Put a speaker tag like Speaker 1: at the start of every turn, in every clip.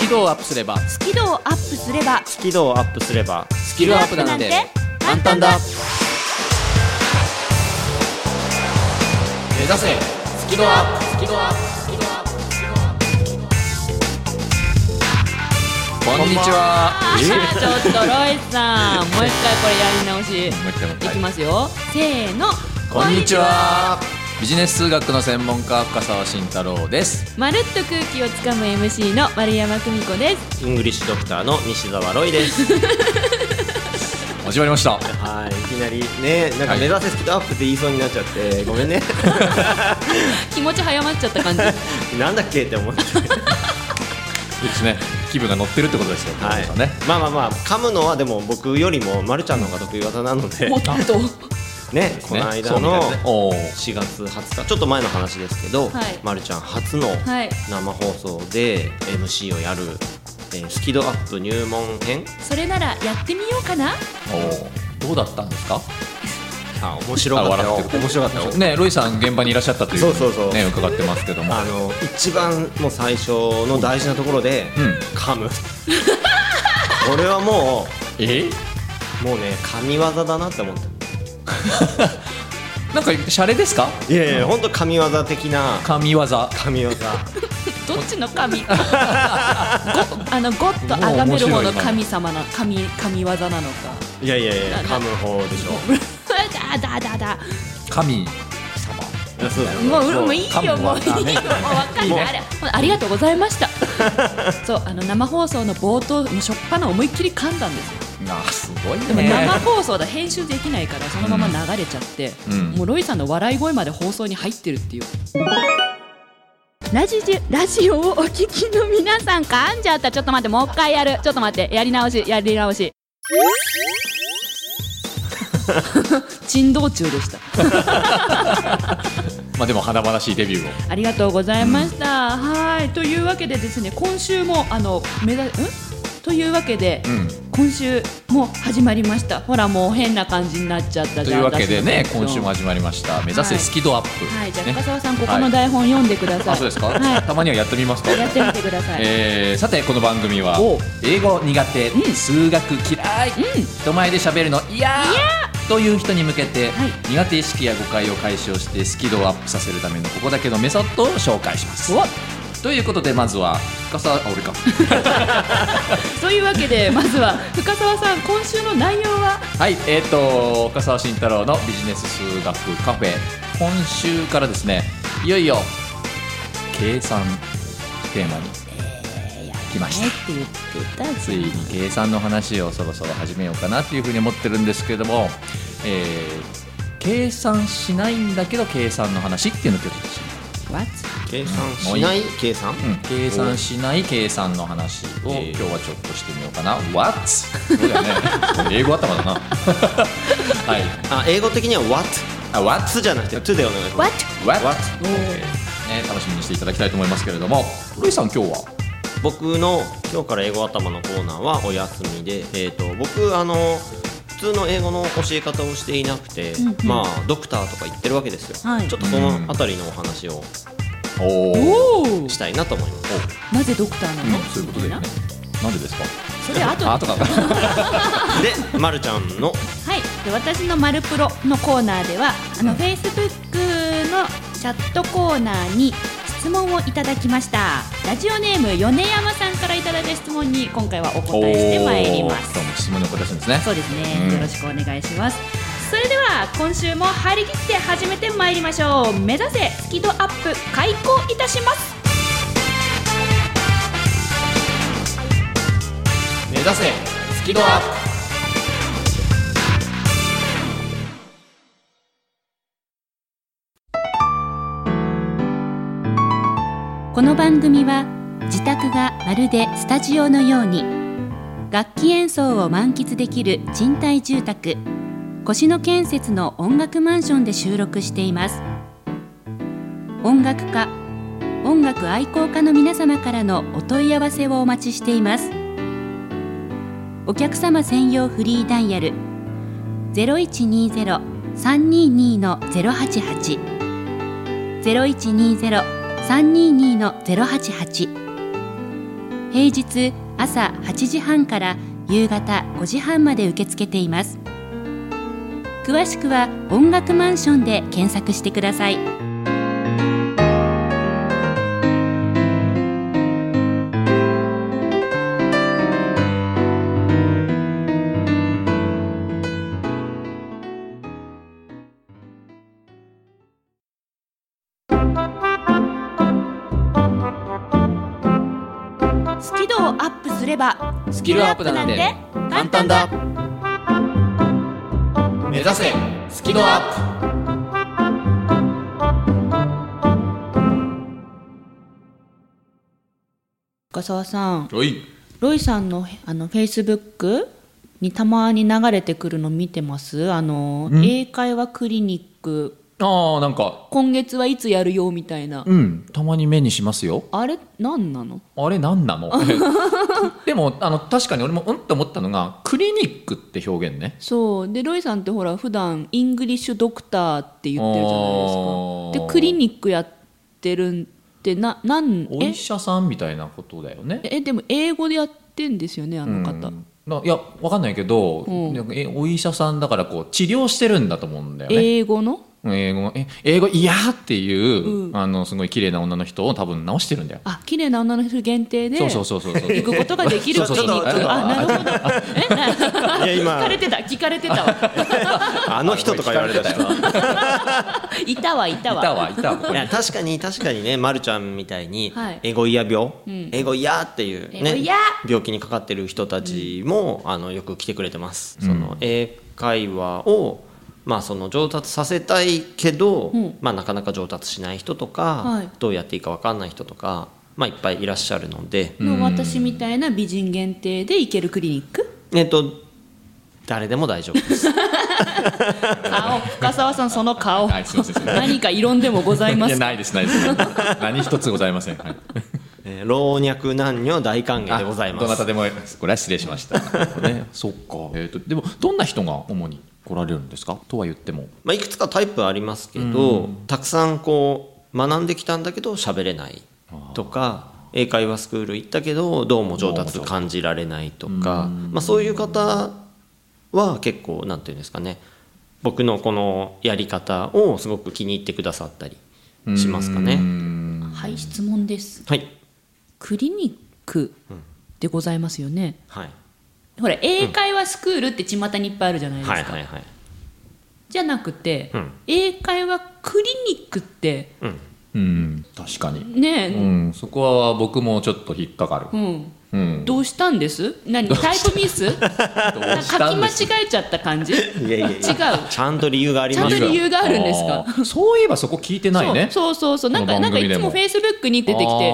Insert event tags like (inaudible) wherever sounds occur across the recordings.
Speaker 1: キ度をアップすれば
Speaker 2: スキルをアップすればス
Speaker 3: スキルをアップすれば
Speaker 1: スキルアップなんて簡単だ目指せスキルアップスキルアップスキルアップスキルアップこんにちは
Speaker 2: ちょっとロイさんもう一回これやり直し
Speaker 4: もう一回もう一
Speaker 2: い
Speaker 4: 回
Speaker 2: きますよせーの
Speaker 1: こんにちはビジネス数学の専門家深澤慎太郎です
Speaker 2: まるっと空気をつかむ MC の丸山久美子です
Speaker 3: イングリッシュドクターの西澤ロイです
Speaker 1: 始まりました
Speaker 3: はいいきなりねなんか目指せスキルアップって言いそうになっちゃってごめんね
Speaker 2: 気持ち早まっちゃっ
Speaker 1: (laughs)
Speaker 2: た感じ
Speaker 3: (laughs) なんだっけって思って
Speaker 4: そうですね気分が乗ってるってことですよ
Speaker 3: はい
Speaker 4: これね
Speaker 3: まあまあまあ噛むのはでも僕よりもまるちゃんの方が得意技な (laughs) ので
Speaker 2: おっと
Speaker 3: ねこの間
Speaker 4: そ
Speaker 3: の
Speaker 4: うみたいねおー
Speaker 3: 4月20日ちょっと前の話ですけど、
Speaker 2: はい
Speaker 3: まるちゃん初の
Speaker 2: はい
Speaker 3: 生放送で MC をやる、えースキドアップ入門編
Speaker 2: それならやってみようかな
Speaker 1: おどうだったんですか
Speaker 3: あ面白かったよ
Speaker 4: あ笑ってる
Speaker 3: 面白かったよ
Speaker 4: ねロイさん現場にいらっしゃったという
Speaker 3: そうそうそう
Speaker 4: ね伺ってますけども
Speaker 3: あの一番もう最初の大事なところで、
Speaker 4: うん
Speaker 3: 噛むこれはも
Speaker 4: え
Speaker 3: うもうね神業だなって思っ
Speaker 4: なんかシャレですか
Speaker 3: たいやいや本当神業的な
Speaker 4: 神業
Speaker 3: 神業
Speaker 2: どっち
Speaker 1: (laughs)
Speaker 2: の神ごあのゴッと崇める方の神様な神神業
Speaker 1: (laughs)
Speaker 2: なのか
Speaker 3: いやいやいや (laughs) 噛む方でしょ
Speaker 2: だだだだ
Speaker 4: 神
Speaker 3: いやそうだよ
Speaker 2: もううもういい
Speaker 4: 噛む
Speaker 2: よ
Speaker 4: わ
Speaker 2: もういいよもう分かんないあれほらありがとうございましたそうあの生放送の冒頭もうしょっぱな思いっきり噛んだんですよ
Speaker 4: なあすごい
Speaker 2: でも
Speaker 4: ね
Speaker 2: 生放送だ編集できないからそのまま流れちゃって、
Speaker 4: うん
Speaker 2: もうロイさんの笑い声まで放送に入ってるっていうラジジラジオをお聞きの皆さん噛んじゃったちょっと待ってもう一回やるちょっと待ってやり直しやり直し (laughs) 珍道中でした
Speaker 4: まあでも華々しいデビューを
Speaker 2: ありがとうございました。はいというわけでですね今週もあの目指んというわけで、
Speaker 4: うん
Speaker 2: 今週も始まりました。ほらもう変な感じになっちゃった
Speaker 4: と
Speaker 2: じ
Speaker 4: い
Speaker 2: ゃん
Speaker 4: うわけでね
Speaker 2: 私の
Speaker 4: 今週も始まりました目指せスキドアップ
Speaker 2: はいじゃあ
Speaker 4: ね
Speaker 2: 深澤さんここの台本読んでください。
Speaker 4: あそうですか
Speaker 2: は
Speaker 4: たまにはやってみますか
Speaker 2: いやってみてください。
Speaker 4: えーさてこの番組は
Speaker 2: お
Speaker 4: 英語苦手、
Speaker 2: うん
Speaker 4: 数学嫌い、
Speaker 2: うん
Speaker 4: 人前で喋るの嫌という人に向けて、
Speaker 2: はい
Speaker 4: 苦手意識や誤解を解消してスキルをアップさせるためのここだけのメソッドを紹介します
Speaker 2: お
Speaker 4: ということでまずは深澤あ俺か
Speaker 2: というわけでまずは深澤さん今週の内容は
Speaker 4: はいえっ、と深澤慎太郎のビジネス数学カフェ今週からですねいよいよ計算テーマに来ました
Speaker 2: えって言ってた
Speaker 4: ついに計算の話をそろそろ始めようかなというふうに思ってるんですけれども、えー計算しないんだけど計算の話っていうのを今日ちょっとします
Speaker 3: 計算しない計算、
Speaker 4: うん計算しない計算の話を今
Speaker 3: えー
Speaker 4: 日はちょっとしてみようかな。What? そうだよね。英語頭だな。 (laughs) はい。
Speaker 3: あ英語的には What?
Speaker 4: あ、What?
Speaker 3: つじゃなくて To でお願いします
Speaker 2: What
Speaker 4: What?
Speaker 3: What？
Speaker 4: OK ね、楽しみにしていただきたいと思いますけれども、ルイさん今日は
Speaker 3: 僕の今日から英語頭のコーナーはお休みで、えー、と僕あの普通の英語の教え方をしていなくて、
Speaker 2: んうん
Speaker 3: まあドクターとか言ってるわけですよ、
Speaker 2: はい
Speaker 3: ちょっとそのあたりのお話を
Speaker 4: おー
Speaker 2: おお
Speaker 3: したいなと思います、
Speaker 2: なぜドクターな
Speaker 4: うん
Speaker 2: の？
Speaker 4: そういうことだよね。なんでですか？
Speaker 2: それ後で
Speaker 4: あ後から。
Speaker 3: で、ま、るちゃんの
Speaker 2: はい、で私の「マルプロ」のコーナーではあの、Facebook のチャットコーナーに質問をいただきましたラジオネーム米山さんからいただいた質問に今回はお答えしてまいります
Speaker 4: どうも質問の形ですね。
Speaker 2: そうですね、
Speaker 4: うん
Speaker 2: よろしくお願いしますそれでは今週も張り切って始めてまいりましょう目指せスキドアップ開講いたします
Speaker 1: 目指せスキルアップ
Speaker 2: この番組は自宅がまるでスタジオのように楽器演奏を満喫できる賃貸住宅越野建設の音楽マンションで収録しています音楽家音楽愛好家の皆様からのお問い合わせをお待ちしていますお客様専用フリーダイヤル0120-322-088 0120-322-088平日朝8時半から夕方5時半まで受け付けています詳しくは「音楽マンション」で検索してくださいスキルをアップすればス
Speaker 4: キルアップなんて
Speaker 2: 簡
Speaker 4: 単だ
Speaker 1: 目指せスキドアップ
Speaker 5: 深澤さん
Speaker 4: おい
Speaker 5: ロイさんのあのフェイスブックにたまに流れてくるの見てますあの、
Speaker 4: ん
Speaker 5: 英会話クリニック
Speaker 4: ああなんか
Speaker 5: 今月はいつやるよみたいな、
Speaker 4: うんたまに目にしますよ
Speaker 5: あれ何なの
Speaker 4: あれ何なのでもあの確かに俺もうんと思ったのがクリニックって表現ね
Speaker 5: そうでロイさんってほら普段イングリッシュドクターって言ってるじゃないです
Speaker 4: あ
Speaker 5: か
Speaker 4: ー
Speaker 5: でクリニックやってるんってななん
Speaker 4: お
Speaker 5: え
Speaker 4: 医者さんみたいなことだよね
Speaker 5: えでも英語でやってんですよねあの方、
Speaker 4: うんないやわかんないけど、
Speaker 5: うん
Speaker 4: なんかえお医者さんだからこう治療してるんだと思うんだよね
Speaker 5: 英語の
Speaker 4: 英語え英語嫌っていう、
Speaker 5: うん
Speaker 4: あのすごい綺麗な女の人を多分直してるんだよ
Speaker 5: あ綺麗な女の人限定で
Speaker 4: そうそうそうそうそう
Speaker 5: 行くことができ
Speaker 4: (laughs)
Speaker 5: る
Speaker 4: そう
Speaker 5: ク
Speaker 4: そう
Speaker 5: リニ
Speaker 4: そう
Speaker 5: ックあなるほど
Speaker 3: いや
Speaker 5: 聞か
Speaker 3: 今
Speaker 5: れてた聞かれてた
Speaker 4: (laughs)
Speaker 5: わ
Speaker 3: あの人とか言われたよ
Speaker 5: いたわいた
Speaker 4: い
Speaker 5: わ
Speaker 4: たわいたわここ
Speaker 3: い
Speaker 4: に
Speaker 3: や確かに確かにね、ま、るちゃんみたいに
Speaker 5: はい
Speaker 3: エゴイヤ病、
Speaker 5: ん
Speaker 3: エゴイヤっていう、
Speaker 5: エゴ
Speaker 3: ね
Speaker 5: イヤ、
Speaker 3: 病気にかかってる人たちも、あのよく来てくれてます。その英会話をまあ、その上達させたいけど、
Speaker 5: うん
Speaker 3: まあ、なかなか上達しない人とか、
Speaker 5: はい
Speaker 3: どうやっていいか分かんない人とか、まあ、いっぱいいらっしゃるので、
Speaker 5: の私みたいな美人限定で行けるクリニック
Speaker 3: えっと誰でも大丈夫です。
Speaker 5: 顔深澤さんその顔
Speaker 4: はいすいませんすいません
Speaker 5: 何か異論でもございま
Speaker 4: い
Speaker 5: す
Speaker 4: やないですないです何一つございません、はい、
Speaker 3: (laughs) えー老若男女大歓迎でございます。
Speaker 4: あどなたでもこれは失礼しました、 (laughs) ね、そっか、えー、とでもどんな人が主に来られるんですかとは言っても
Speaker 3: まあ、いくつかタイプはありますけど、たくさんこう学んできたんだけど喋れないとか英会話スクール行ったけどどうも上達感じられないとか、まあ、そういう方は結構なんていうんですかね僕のこのやり方をすごく気に入ってくださったりしますかね。
Speaker 5: はい質問です
Speaker 3: はい、
Speaker 5: クリニックでございますよね
Speaker 3: はい、
Speaker 5: ほら英会話スクールって巷にいっぱいあるじゃないですか、
Speaker 3: はいはいはい
Speaker 5: じゃなくて、
Speaker 3: うん
Speaker 5: 英会話クリニックって
Speaker 3: うん
Speaker 4: うん確かに、
Speaker 5: ね
Speaker 4: う
Speaker 5: え、
Speaker 4: ん、そこは僕もちょっと引っかか
Speaker 5: う
Speaker 4: る、
Speaker 5: ん
Speaker 4: うん、
Speaker 5: どうしたんです何タイプミス書き
Speaker 4: ど
Speaker 5: 間違えちゃった感じ
Speaker 3: いやいやい
Speaker 5: 違う
Speaker 3: ちゃんと理由があります
Speaker 5: ちゃんと理由があるんですか
Speaker 4: あーそういえばそこ聞いてないね
Speaker 5: そうそうそうそうなんか
Speaker 4: この
Speaker 5: な
Speaker 4: 番
Speaker 5: んかい
Speaker 4: 組で
Speaker 5: つ
Speaker 4: も
Speaker 5: もフェイスブックに出てきていつ
Speaker 4: あー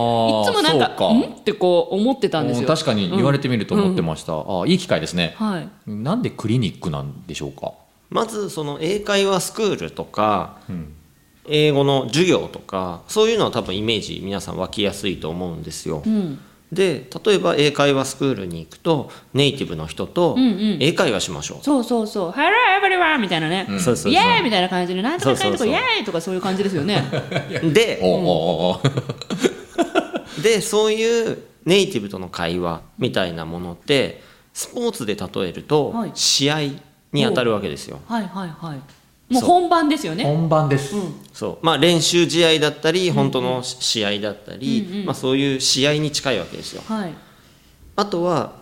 Speaker 5: もなんか
Speaker 4: そうか
Speaker 5: んってこう思ってたんです
Speaker 4: うん
Speaker 5: よ
Speaker 4: 確かに言われてみると思って
Speaker 5: も、
Speaker 4: ました、あーいい機会ですね、
Speaker 5: うんはい
Speaker 4: なんでクリニックなんでしょうか
Speaker 3: まずその英会話スクールとか、英語の授業とかそういうのは多分イメージ皆さん湧きやすいと思うんですよ。
Speaker 5: うん
Speaker 3: で例えば英会話スクールに行くとネイティブの人と
Speaker 5: んうん
Speaker 3: 英会話しましょう、
Speaker 5: そうそうそう「Hello everyone」みたいなね「
Speaker 3: そうそうそう
Speaker 5: イエーイ!」みたいな感じで「なんとかかんと
Speaker 3: そ
Speaker 5: か
Speaker 3: うそうそう
Speaker 5: イエーイ!」とかそういう感じです
Speaker 3: (laughs)
Speaker 5: よね
Speaker 3: で
Speaker 4: おうおうおうおう
Speaker 3: でそういうネイティブとの会話みたいなものってスポーツで例えると
Speaker 5: はい
Speaker 3: 試合に当たるわけですよ。
Speaker 5: はいはいはいもう
Speaker 3: そう
Speaker 5: 本番ですよね
Speaker 4: 本番です、
Speaker 3: そうまあ、練習試合だったり本当の試合だったり、まあ、そういう試合に近いわけですよ。
Speaker 5: はい
Speaker 3: あとは、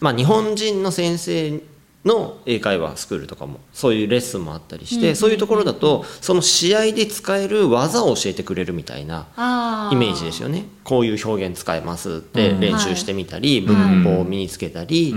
Speaker 3: まあ、日本人の先生の英会話スクールとかもそういうレッスンもあったりして、そういうところだとその試合で使える技を教えてくれるみたいな
Speaker 5: あ
Speaker 3: イメージですよねこういう表現使えますって練習してみたり、文法を身につけたり、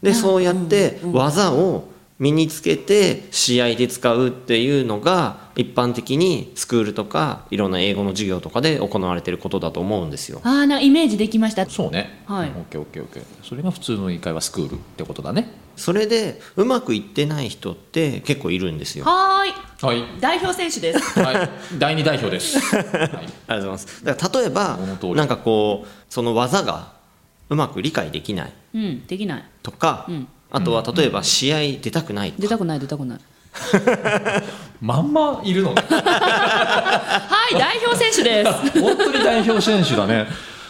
Speaker 3: でそうやって技を身につけて試合で使うっていうのが一般的にスクールとかいろんな英語の授業とかで行われてることだと思うんですよ。
Speaker 5: あーなんかイメージできました
Speaker 4: そうね、
Speaker 5: はい
Speaker 4: オッケーオッケーオッケーそれが普通の英会話スクールってことだね
Speaker 3: それでうまくいってない人って結構いるんですよ。あ
Speaker 5: はーい
Speaker 4: はい
Speaker 5: 代表選手で
Speaker 3: (laughs)
Speaker 5: す
Speaker 4: はい、 (laughs) 第二代表です。はい、
Speaker 3: りがとうございます。だから例えば
Speaker 4: その通り
Speaker 3: なんかこうその技がうまく理解できない
Speaker 5: うんできない
Speaker 3: とか、
Speaker 5: ん
Speaker 3: あとは例えば試合出たくないと
Speaker 5: 出
Speaker 3: か、
Speaker 5: たくない出た
Speaker 3: (laughs)
Speaker 5: くない
Speaker 4: まんまい
Speaker 5: (laughs)
Speaker 4: るのね。
Speaker 5: はい代表選手です
Speaker 4: 本当に代表選手だね。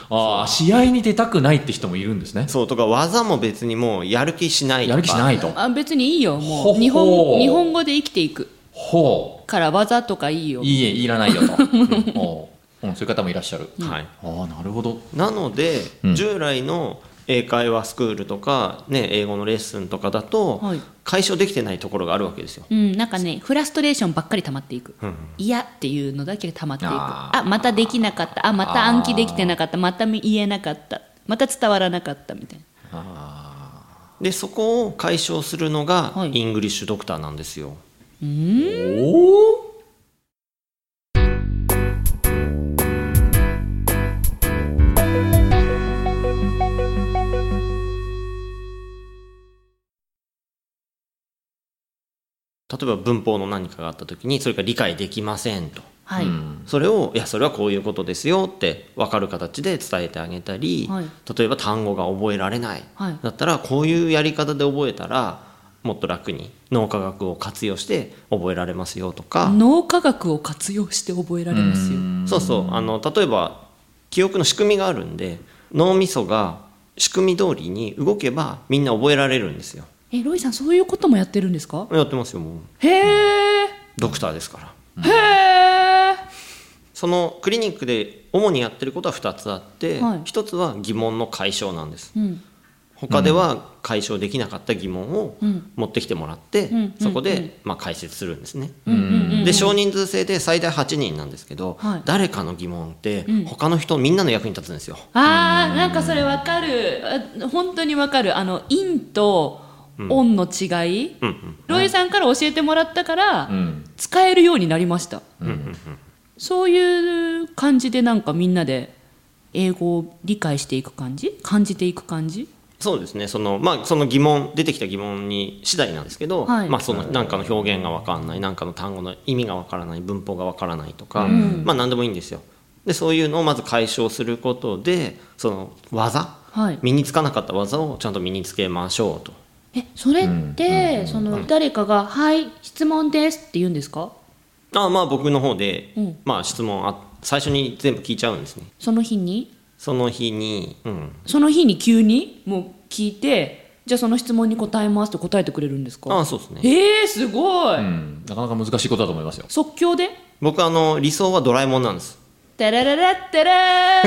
Speaker 4: ああ試合に出たくないって人もいるんですね
Speaker 3: そうとか技も別にもうやる気しないとか
Speaker 4: やる気しないと
Speaker 5: あ別にいいよ
Speaker 4: ほ
Speaker 5: も
Speaker 4: ほ
Speaker 5: う日本日本語で生きていく
Speaker 4: ほ
Speaker 5: から技とかいいよ
Speaker 4: ういいえいらないよ (laughs) と、うんおううんそういう方もいらっしゃる、
Speaker 3: はい
Speaker 4: ああなるほど
Speaker 3: なので、
Speaker 4: うん
Speaker 3: 従来の英会話スクールとか、ね、英語のレッスンとかだと、
Speaker 5: はい
Speaker 3: 解消できてないところがあるわけですよ。
Speaker 5: うん、なんかねフラストレーションばっかり溜まっていく、
Speaker 3: ん
Speaker 5: 嫌っていうのだけ溜まっていく
Speaker 4: あ
Speaker 5: あ
Speaker 4: ー
Speaker 5: またできなかったあまた暗記できてなかったまた言えなかったまた伝わらなかったみたいな
Speaker 3: でそこを解消するのが、
Speaker 5: はい
Speaker 3: イングリッシュドクターなんですよ。例えば文法の何かがあった時にそれが理解できませんと
Speaker 5: はい、
Speaker 3: それをいやそれはこういうことですよって分かる形で伝えてあげたり、
Speaker 5: はい
Speaker 3: 例えば単語が覚えられない、
Speaker 5: はい
Speaker 3: だったらこういうやり方で覚えたらもっと楽に脳科学を活用して覚えられますよとか、
Speaker 5: 脳科学を活用して覚えられますよ
Speaker 3: そうそうあの例えば記憶の仕組みがあるんで脳みそが仕組み通りに動けばみんな覚えられるんですよ。
Speaker 5: えロイさんそういうこともやってるんですか
Speaker 3: やってますよもう
Speaker 5: へえ
Speaker 3: ドクターですから。
Speaker 5: へえ
Speaker 3: そのクリニックで主にやってることは2つあって、
Speaker 5: はい
Speaker 3: 1つは疑問の解消なんです
Speaker 5: うん
Speaker 3: 他では解消できなかった疑問を
Speaker 5: うん
Speaker 3: 持ってきてもらって、
Speaker 5: ん
Speaker 3: そこでまあ解説するんですね、
Speaker 5: うんうん
Speaker 3: で少人数制で最大8人なんですけど、
Speaker 5: はい
Speaker 3: 誰かの疑問って他の人みんなの役に立つんですよ、
Speaker 5: あーなんかそれわかるあ本当にわかるあの陰とオンの違い、
Speaker 3: うんうん
Speaker 5: ロイさんから教えてもらったから、
Speaker 4: うん
Speaker 5: 使えるようになりました、
Speaker 4: ん
Speaker 5: そういう感じでなんかみんなで英語を理解していく感じ感じていく感じ
Speaker 3: そうですねその,、まあ、その疑問出てきた疑問に次第なんですけど、
Speaker 5: はい
Speaker 3: まあ、その何かの表現が分かんない何かの単語の意味が分からない文法が分からないとか、まあ、何でもいいんですよでそういうのをまず解消することでその技、
Speaker 5: はい
Speaker 3: 身につかなかった技をちゃんと身につけましょうと
Speaker 5: えそれって、その誰かが「はい質問です」って言うんですか
Speaker 3: あまあ僕の方で、
Speaker 5: うん
Speaker 3: まあ、質問あ最初に全部聞いちゃうんですね
Speaker 5: その日に
Speaker 3: その日に、うん、
Speaker 5: その日に急にもう聞いてじゃあその質問に答えますって答えてくれるんですか
Speaker 3: あそうですね
Speaker 5: えー、すごい、
Speaker 4: うんなかなか難しいことだと思いますよ
Speaker 5: 即興で
Speaker 3: 僕あの理想はドラえもんなんです
Speaker 5: 「テレレレッテレ
Speaker 4: (laughs)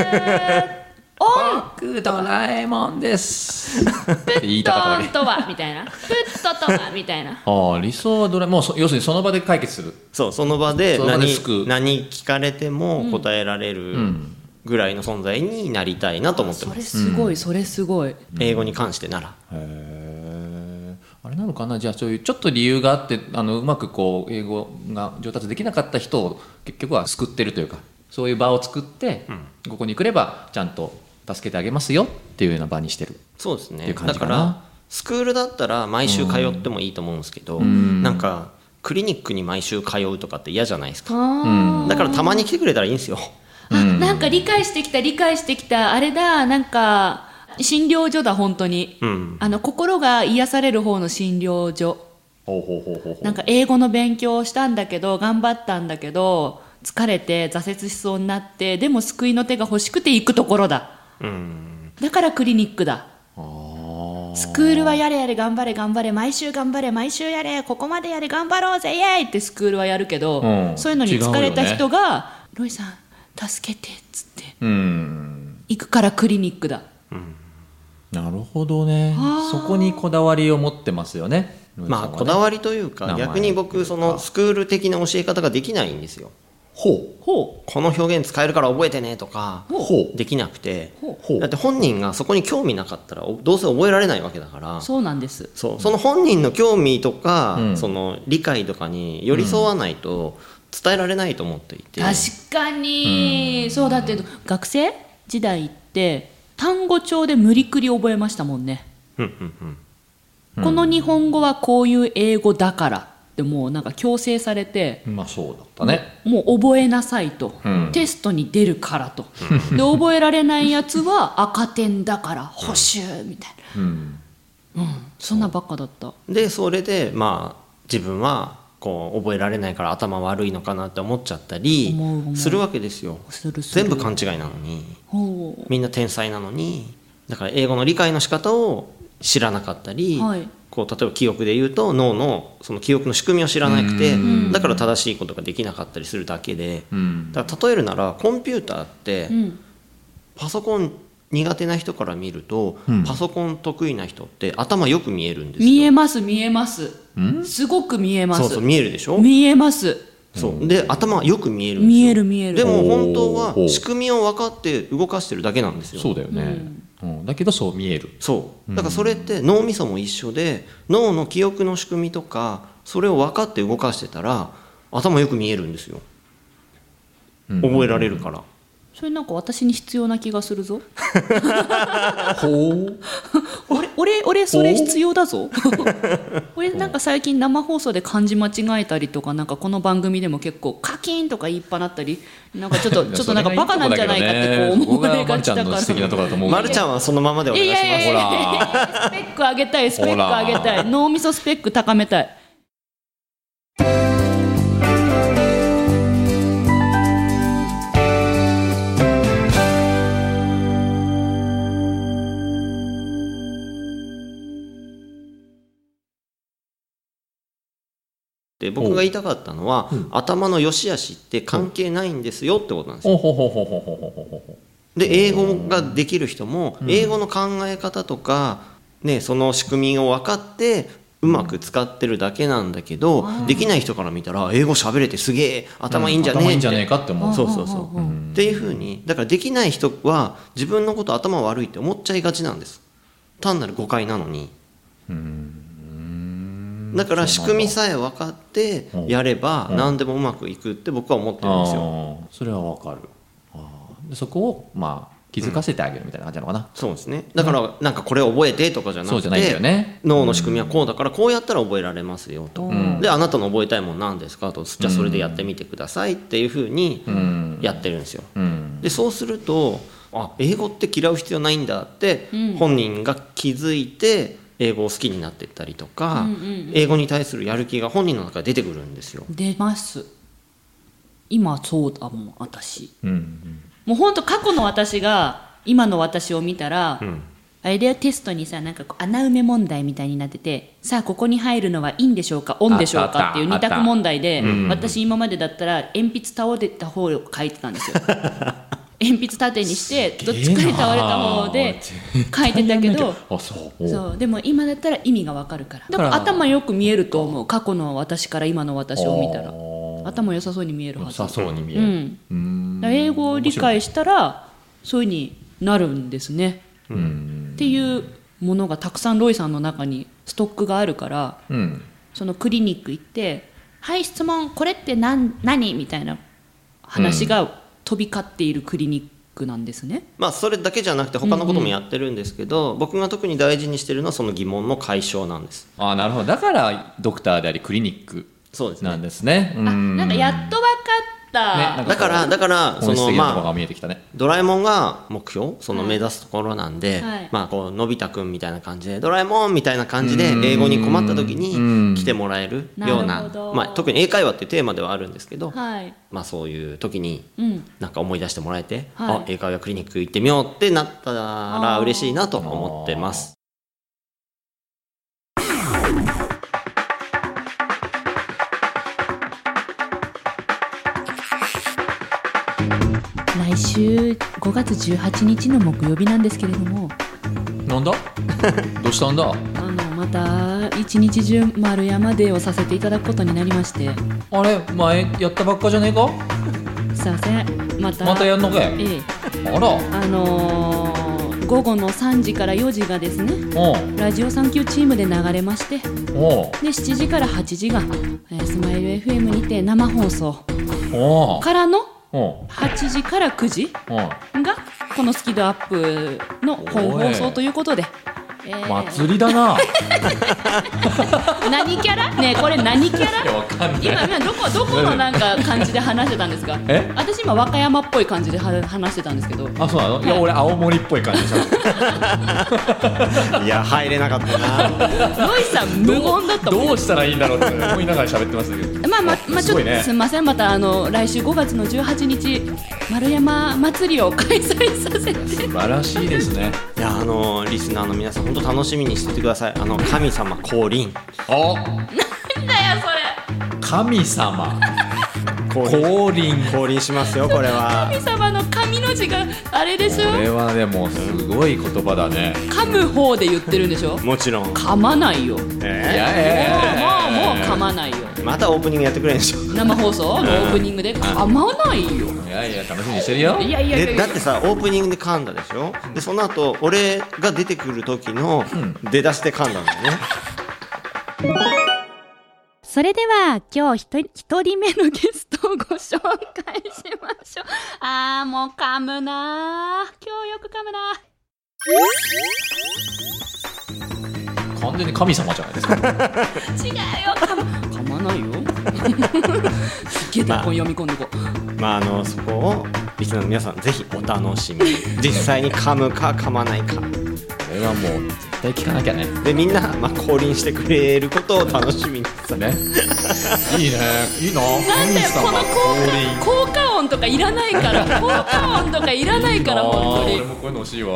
Speaker 5: ーオン!」
Speaker 4: 僕ドラえもんです (laughs) 言い
Speaker 5: ド
Speaker 4: たかっただ
Speaker 5: ーン
Speaker 4: け
Speaker 5: とはみたいな。プッととはみたいな。
Speaker 4: ああ理想はドラえもんそ要するにその場で解決する
Speaker 3: そうその場で
Speaker 4: その場
Speaker 3: 何
Speaker 4: で救う
Speaker 3: 何聞かれても答えられる
Speaker 4: ん
Speaker 3: ぐらいの存在になりたいなと思って
Speaker 5: そ
Speaker 3: ます、
Speaker 5: れすごい、それすごい。
Speaker 3: 英語に関してなら
Speaker 4: へえあれなのかなじゃあそういうちょっと理由があってあのうまくこう英語が上達できなかった人を結局は救ってるというかそういう場を作って、ここに来ればちゃんと助けてあげますよっていうような場にしてる
Speaker 3: そうです
Speaker 4: ってい
Speaker 3: ね
Speaker 4: う感
Speaker 3: だ
Speaker 4: じか
Speaker 3: か
Speaker 4: な
Speaker 3: らスクールだったら毎週通ってもいいと思うんですけど、なんかクリニックに毎週通うとかって嫌じゃないですか
Speaker 5: あ
Speaker 3: だからたまに来てくれたらいいんですよ
Speaker 5: ーあ、なんか理解してきた、理解してきた。あれだ、なんか、診療所だ、本当に。
Speaker 3: うん
Speaker 5: あの、心が癒される方の診療所。
Speaker 4: ほうほうほうほうほ
Speaker 5: なんか英語の勉強をしたんだけど、頑張ったんだけど、疲れて挫折しそうになって、でも救いの手が欲しくて行くところだ。だからクリニックだ。スクールはやれやれ頑張れ頑張れ毎週頑張れ毎週やれここまでやれ頑張ろうぜイエーイってスクールはやるけど、
Speaker 4: うん
Speaker 5: そういうのに疲れた
Speaker 4: 違うよね
Speaker 5: 人が、ロイさん助けてっつって
Speaker 4: うん
Speaker 5: 行くからクリニックだ
Speaker 4: なるほどね
Speaker 5: あー
Speaker 4: そこにこだわりを持ってますよね
Speaker 3: まあこだ
Speaker 4: り
Speaker 3: わりとい
Speaker 4: 名
Speaker 3: うか
Speaker 4: 前
Speaker 3: 逆に僕そのスクール的な教え方ができないんですよ
Speaker 4: ほう
Speaker 5: ほ
Speaker 3: この表現使えるから覚えてねとか
Speaker 4: ほう
Speaker 3: できなくて
Speaker 5: ほ
Speaker 4: ほう
Speaker 3: だって本人がそこに興味なかったらおどうせ覚えられないわけだから
Speaker 5: うそうなんです
Speaker 3: そうその本人の興味とか、
Speaker 4: うん
Speaker 3: その理解とかに寄り添わないと伝えられないと思っていて、
Speaker 5: 確かに、そうだって学生時代って単語帳で無理くり覚えましたもんね、この日本語はこういう英語だからってもうなんか強制されて、
Speaker 4: まあそうだったね
Speaker 5: もう覚えなさいと、
Speaker 4: うん
Speaker 5: テストに出るからと、で覚えられないやつは赤点だから補習みたいな、
Speaker 4: うん
Speaker 5: そんなばっかだった
Speaker 3: でそれでまあ自分はこう覚えられないから頭悪いのかなって思っちゃったり
Speaker 5: 思う思う
Speaker 3: するわけですよ
Speaker 5: するする
Speaker 3: 全部勘違いなのに
Speaker 5: ほう
Speaker 3: みんな天才なのにだから英語の理解の仕方を知らなかったり、
Speaker 5: はい
Speaker 3: こう例えば記憶で言うと脳のその記憶の仕組みを知らなくて
Speaker 5: ん
Speaker 3: だから正しいことができなかったりするだけで
Speaker 4: うん
Speaker 3: だから例えるならコンピューターって
Speaker 5: うん
Speaker 3: パソコン苦手な人から見ると、
Speaker 4: ん
Speaker 3: パソコン得意な人って頭よく見えるんですよ
Speaker 5: 見えます見えますすごく見えます
Speaker 3: そうそう見えるでしょ
Speaker 5: 見えます
Speaker 3: そうで頭よく見えるんですよ
Speaker 5: 見える見える
Speaker 3: でも本当は
Speaker 4: おー
Speaker 3: 仕組みを分かって動かしてるだけなんですよ
Speaker 4: そうだよね、うんだけどそう見える
Speaker 3: そうだからそれって脳みそも一緒で脳の記憶の仕組みとかそれを分かって動かしてたら頭よく見えるんですよ覚えられるから
Speaker 5: それなんか私に必要な気がするぞ
Speaker 4: ほう
Speaker 5: 俺俺俺それ必要だぞ俺なんか最近生放送で漢字間違えたりとかなんかこの番組でも結構カキーンとか言いっぱなったりなんかちょ
Speaker 4: (laughs)
Speaker 5: っとちょっとなんかバカなんじゃないかってこう思われがちだから
Speaker 4: それがいいとこだけどねそこがまるちゃんの素敵なとこだと思う
Speaker 3: まるちゃんはそのままでお願いします
Speaker 5: いやいやいや
Speaker 4: ほら
Speaker 5: スペック上げたいスペック上げたい脳みそスペック高めたい
Speaker 3: で僕が言いたかったのは、頭の良し悪しって関係ないんですよってことなんですよ、
Speaker 4: ほうほうほうほうほうほうほうほうほ
Speaker 3: で英語ができる人も英語の考え方とか、ね、その仕組みを分かってうまく使ってるだけなんだけど、できない人から見たら英語喋れてすげえ頭いいんじゃねえ
Speaker 4: 頭いいん
Speaker 3: っ
Speaker 4: じ
Speaker 3: て
Speaker 4: ゃねえかって思う
Speaker 3: そうそうそう、っていうふうにだからできない人は自分のこと頭悪いって思っちゃいがちなんです単なる誤解なのにだから仕組みさえ分かってやれば何でもうまくいくって僕は思ってるんですよ
Speaker 4: あーそれはわかるあーでそこをまあ気づかせてあげるみたいな感じなのかな、
Speaker 3: そうですねだからなんかこれ覚えてとかじゃな
Speaker 4: そう
Speaker 3: く
Speaker 4: じゃないんだよ
Speaker 3: て
Speaker 4: ね
Speaker 3: 脳の仕組みはこうだからこうやったら覚えられますよと、であなたの覚えたいもん何ですかとじゃあそれでやってみてくださいっていうふうに
Speaker 4: うん
Speaker 3: やってるんですよ、
Speaker 4: うん
Speaker 3: でそうするとあ英語って嫌う必要ないんだって本人が気づいて英語を好きになっていったりとか、英語に対するやる気が本人の中で出てくるんですよ。
Speaker 5: 出ます今そうだもん私
Speaker 4: うん
Speaker 5: もうほんと過去の私が今の私を見たら、あれでテストにさなんかこう穴埋め問題みたいになっててさあここに入るのはいいんでしょうかオンでしょう
Speaker 4: あったあ
Speaker 5: か
Speaker 4: っ
Speaker 5: ったていう二択問題で、私今までだったら鉛筆倒れた方を書いてたんです
Speaker 4: (laughs)
Speaker 5: よ鉛筆縦にしてどっちかに倒れた方で書いてたけど
Speaker 4: あそう
Speaker 5: そうでも今だったら意味がわかるからだから
Speaker 4: だから
Speaker 5: 頭よく見えると思う過去の私から今の私を見たら
Speaker 4: あー
Speaker 5: 頭良さそうに見えるは
Speaker 4: 良
Speaker 5: ず
Speaker 4: さそうに見え
Speaker 5: う
Speaker 4: る、
Speaker 5: ん
Speaker 4: うーん
Speaker 5: だから英語を理解したらそういうふうになるんですね、っていうものがたくさんロイさんの中にストックがあるから
Speaker 4: うん
Speaker 5: そのクリニック行って「はい質問これって何何?」みたいな話が飛び交っているクリニックなんですね。
Speaker 3: まあ、それだけじゃなくて他のこともやってるんですけど、僕が特に大事にしてるのはその疑問の解消なんです。
Speaker 4: あーなるほどだからドクターでありクリニック
Speaker 3: そうですね
Speaker 4: なんですねう
Speaker 5: あ
Speaker 4: ん
Speaker 5: なんかやっとわかった、
Speaker 4: ねなん
Speaker 3: だからだからそ
Speaker 4: 本質
Speaker 3: の
Speaker 4: 的なところ
Speaker 3: ま
Speaker 4: が
Speaker 3: あ
Speaker 4: 見えてきたね、
Speaker 3: ドラえもんが目標その
Speaker 5: はい
Speaker 3: 目指すところなんで、
Speaker 5: はい
Speaker 3: まあこうのび太くんみたいな感じでドラえもんみたいな感じで英語に困った時
Speaker 4: うん
Speaker 3: に来てもらえるような
Speaker 5: なるほど
Speaker 3: まあ、特に英会話っていうテーマではあるんですけど、
Speaker 5: はい
Speaker 3: まあ、そういう時に
Speaker 5: うん、
Speaker 3: なんか思い出してもらえて、
Speaker 5: はい
Speaker 3: あ英会話クリニック行ってみようってなったら
Speaker 5: あー
Speaker 3: 嬉しいなと思ってます。
Speaker 5: 来週5月18日の木曜日なんですけれども
Speaker 4: なんだ (laughs) どうしたんだ
Speaker 5: あのまた一日中丸山デーをさせていただくことになりまして
Speaker 4: あれ前やったばっかじゃねえか
Speaker 5: すいませんまた
Speaker 4: またやんのかい
Speaker 5: ええ
Speaker 4: あら
Speaker 5: あのー午後の3時から4時がですね
Speaker 4: おう
Speaker 5: ラジオサンキューチームで流れまして
Speaker 4: おう
Speaker 5: で7時から8時が、えースマイル FM にて生放送
Speaker 4: おう
Speaker 5: からの
Speaker 4: おう
Speaker 5: 8時から9時
Speaker 4: おう
Speaker 5: がこのスキドアップの本放送ということで
Speaker 4: 祭りだな。
Speaker 5: 何キャラねえこれ何キャラ
Speaker 4: いやわかんない
Speaker 5: 今今どこどこのなんか感じで話してたんですか
Speaker 4: え
Speaker 5: 私今和歌山っぽい感じでは話してたんですけど
Speaker 4: あ、そうなの。いや、俺青森っぽい感じでし
Speaker 5: (laughs)
Speaker 3: いや入れなかったな
Speaker 5: ロイさん無言だった
Speaker 4: た。
Speaker 5: もん
Speaker 4: どうしたらいいんだろうって思いながら喋ってますけど。
Speaker 5: まあまあ、まあ、ち
Speaker 4: す
Speaker 5: ょ
Speaker 4: ご
Speaker 5: っ
Speaker 4: い
Speaker 5: と
Speaker 4: ね
Speaker 5: すみませんまたあの来週5月の18日丸山祭りを開催させて
Speaker 4: 素晴らしいですね。
Speaker 3: いやあのリスナーの皆さん本当楽しみにしててくださいあの神様降臨
Speaker 4: お、
Speaker 5: なんだよそれ
Speaker 4: 神様
Speaker 3: 降
Speaker 4: 降臨。
Speaker 3: 降臨しますよこれは
Speaker 5: 神様の神の字があれでし
Speaker 4: これ
Speaker 5: ょ
Speaker 4: はね、もうすごい言葉だね。
Speaker 5: 噛む方で言ってるんでしょ
Speaker 3: もちろん
Speaker 5: 噛まないよ
Speaker 4: い
Speaker 3: え
Speaker 4: やいやいや
Speaker 5: もうもう噛まないよ
Speaker 3: ーまたオープニングやってくれんでしょ
Speaker 5: 生放送のオープニングで噛まないよ
Speaker 4: いやいや、楽しみにしてるよ。
Speaker 5: いやいやいや
Speaker 3: で
Speaker 5: い
Speaker 3: だ
Speaker 5: や
Speaker 3: ってさオープニングで噛んだでしょでその後俺が出てくる時の出だしで噛んだんだよね
Speaker 2: それでは今日一人一人目のゲストをご紹介しましょう。あーもう噛むなー。今日よく噛むな
Speaker 4: 完全に神様じゃないですか。
Speaker 5: 違うよ噛ま噛まないよすっげえ台本読み込んでこう
Speaker 3: まああのそこをリスナーの皆さんぜひお楽しみ (laughs) に実際に噛むか噛まないか
Speaker 4: これはもう絶対聞かなきゃね。
Speaker 3: でみんな、まあ、降臨してくれることを楽しみにさ
Speaker 4: ね。いいね。いいな。
Speaker 5: なんだよこの
Speaker 4: 降
Speaker 5: 効果効果音とかいらないから (laughs) 効果音とかいらないから
Speaker 4: あー
Speaker 5: 本当に
Speaker 4: 俺もこういうの欲しいわ。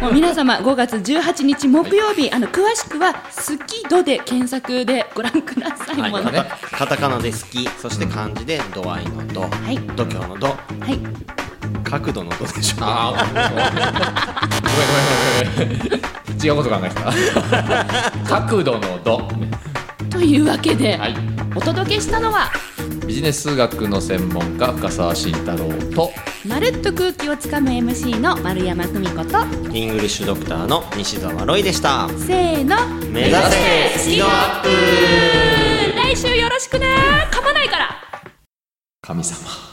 Speaker 5: もう皆様5月18日木曜日あの詳しくは「スキド」で検索でご覧くださいもう
Speaker 3: カ
Speaker 5: ね
Speaker 3: タカタカナで好きそして漢字で度合いの度、
Speaker 5: い
Speaker 3: 度胸の度
Speaker 5: はい
Speaker 3: 角度の度でしょ
Speaker 4: ああ、ごめんごめんごめんごめん。違うこと考えてた。角度の度。
Speaker 5: というわけで、
Speaker 4: はい。
Speaker 5: お届けしたのは
Speaker 4: ビジネス数学の専門家深澤慎太郎と。
Speaker 2: ー。まるっと空気をつかむ MC の丸山久美子と、
Speaker 3: イングリッシュドクターの西澤ロイでした
Speaker 2: せーの、
Speaker 3: 目指せスキドアップ
Speaker 5: 来週よろしくね噛まないから
Speaker 4: 神様。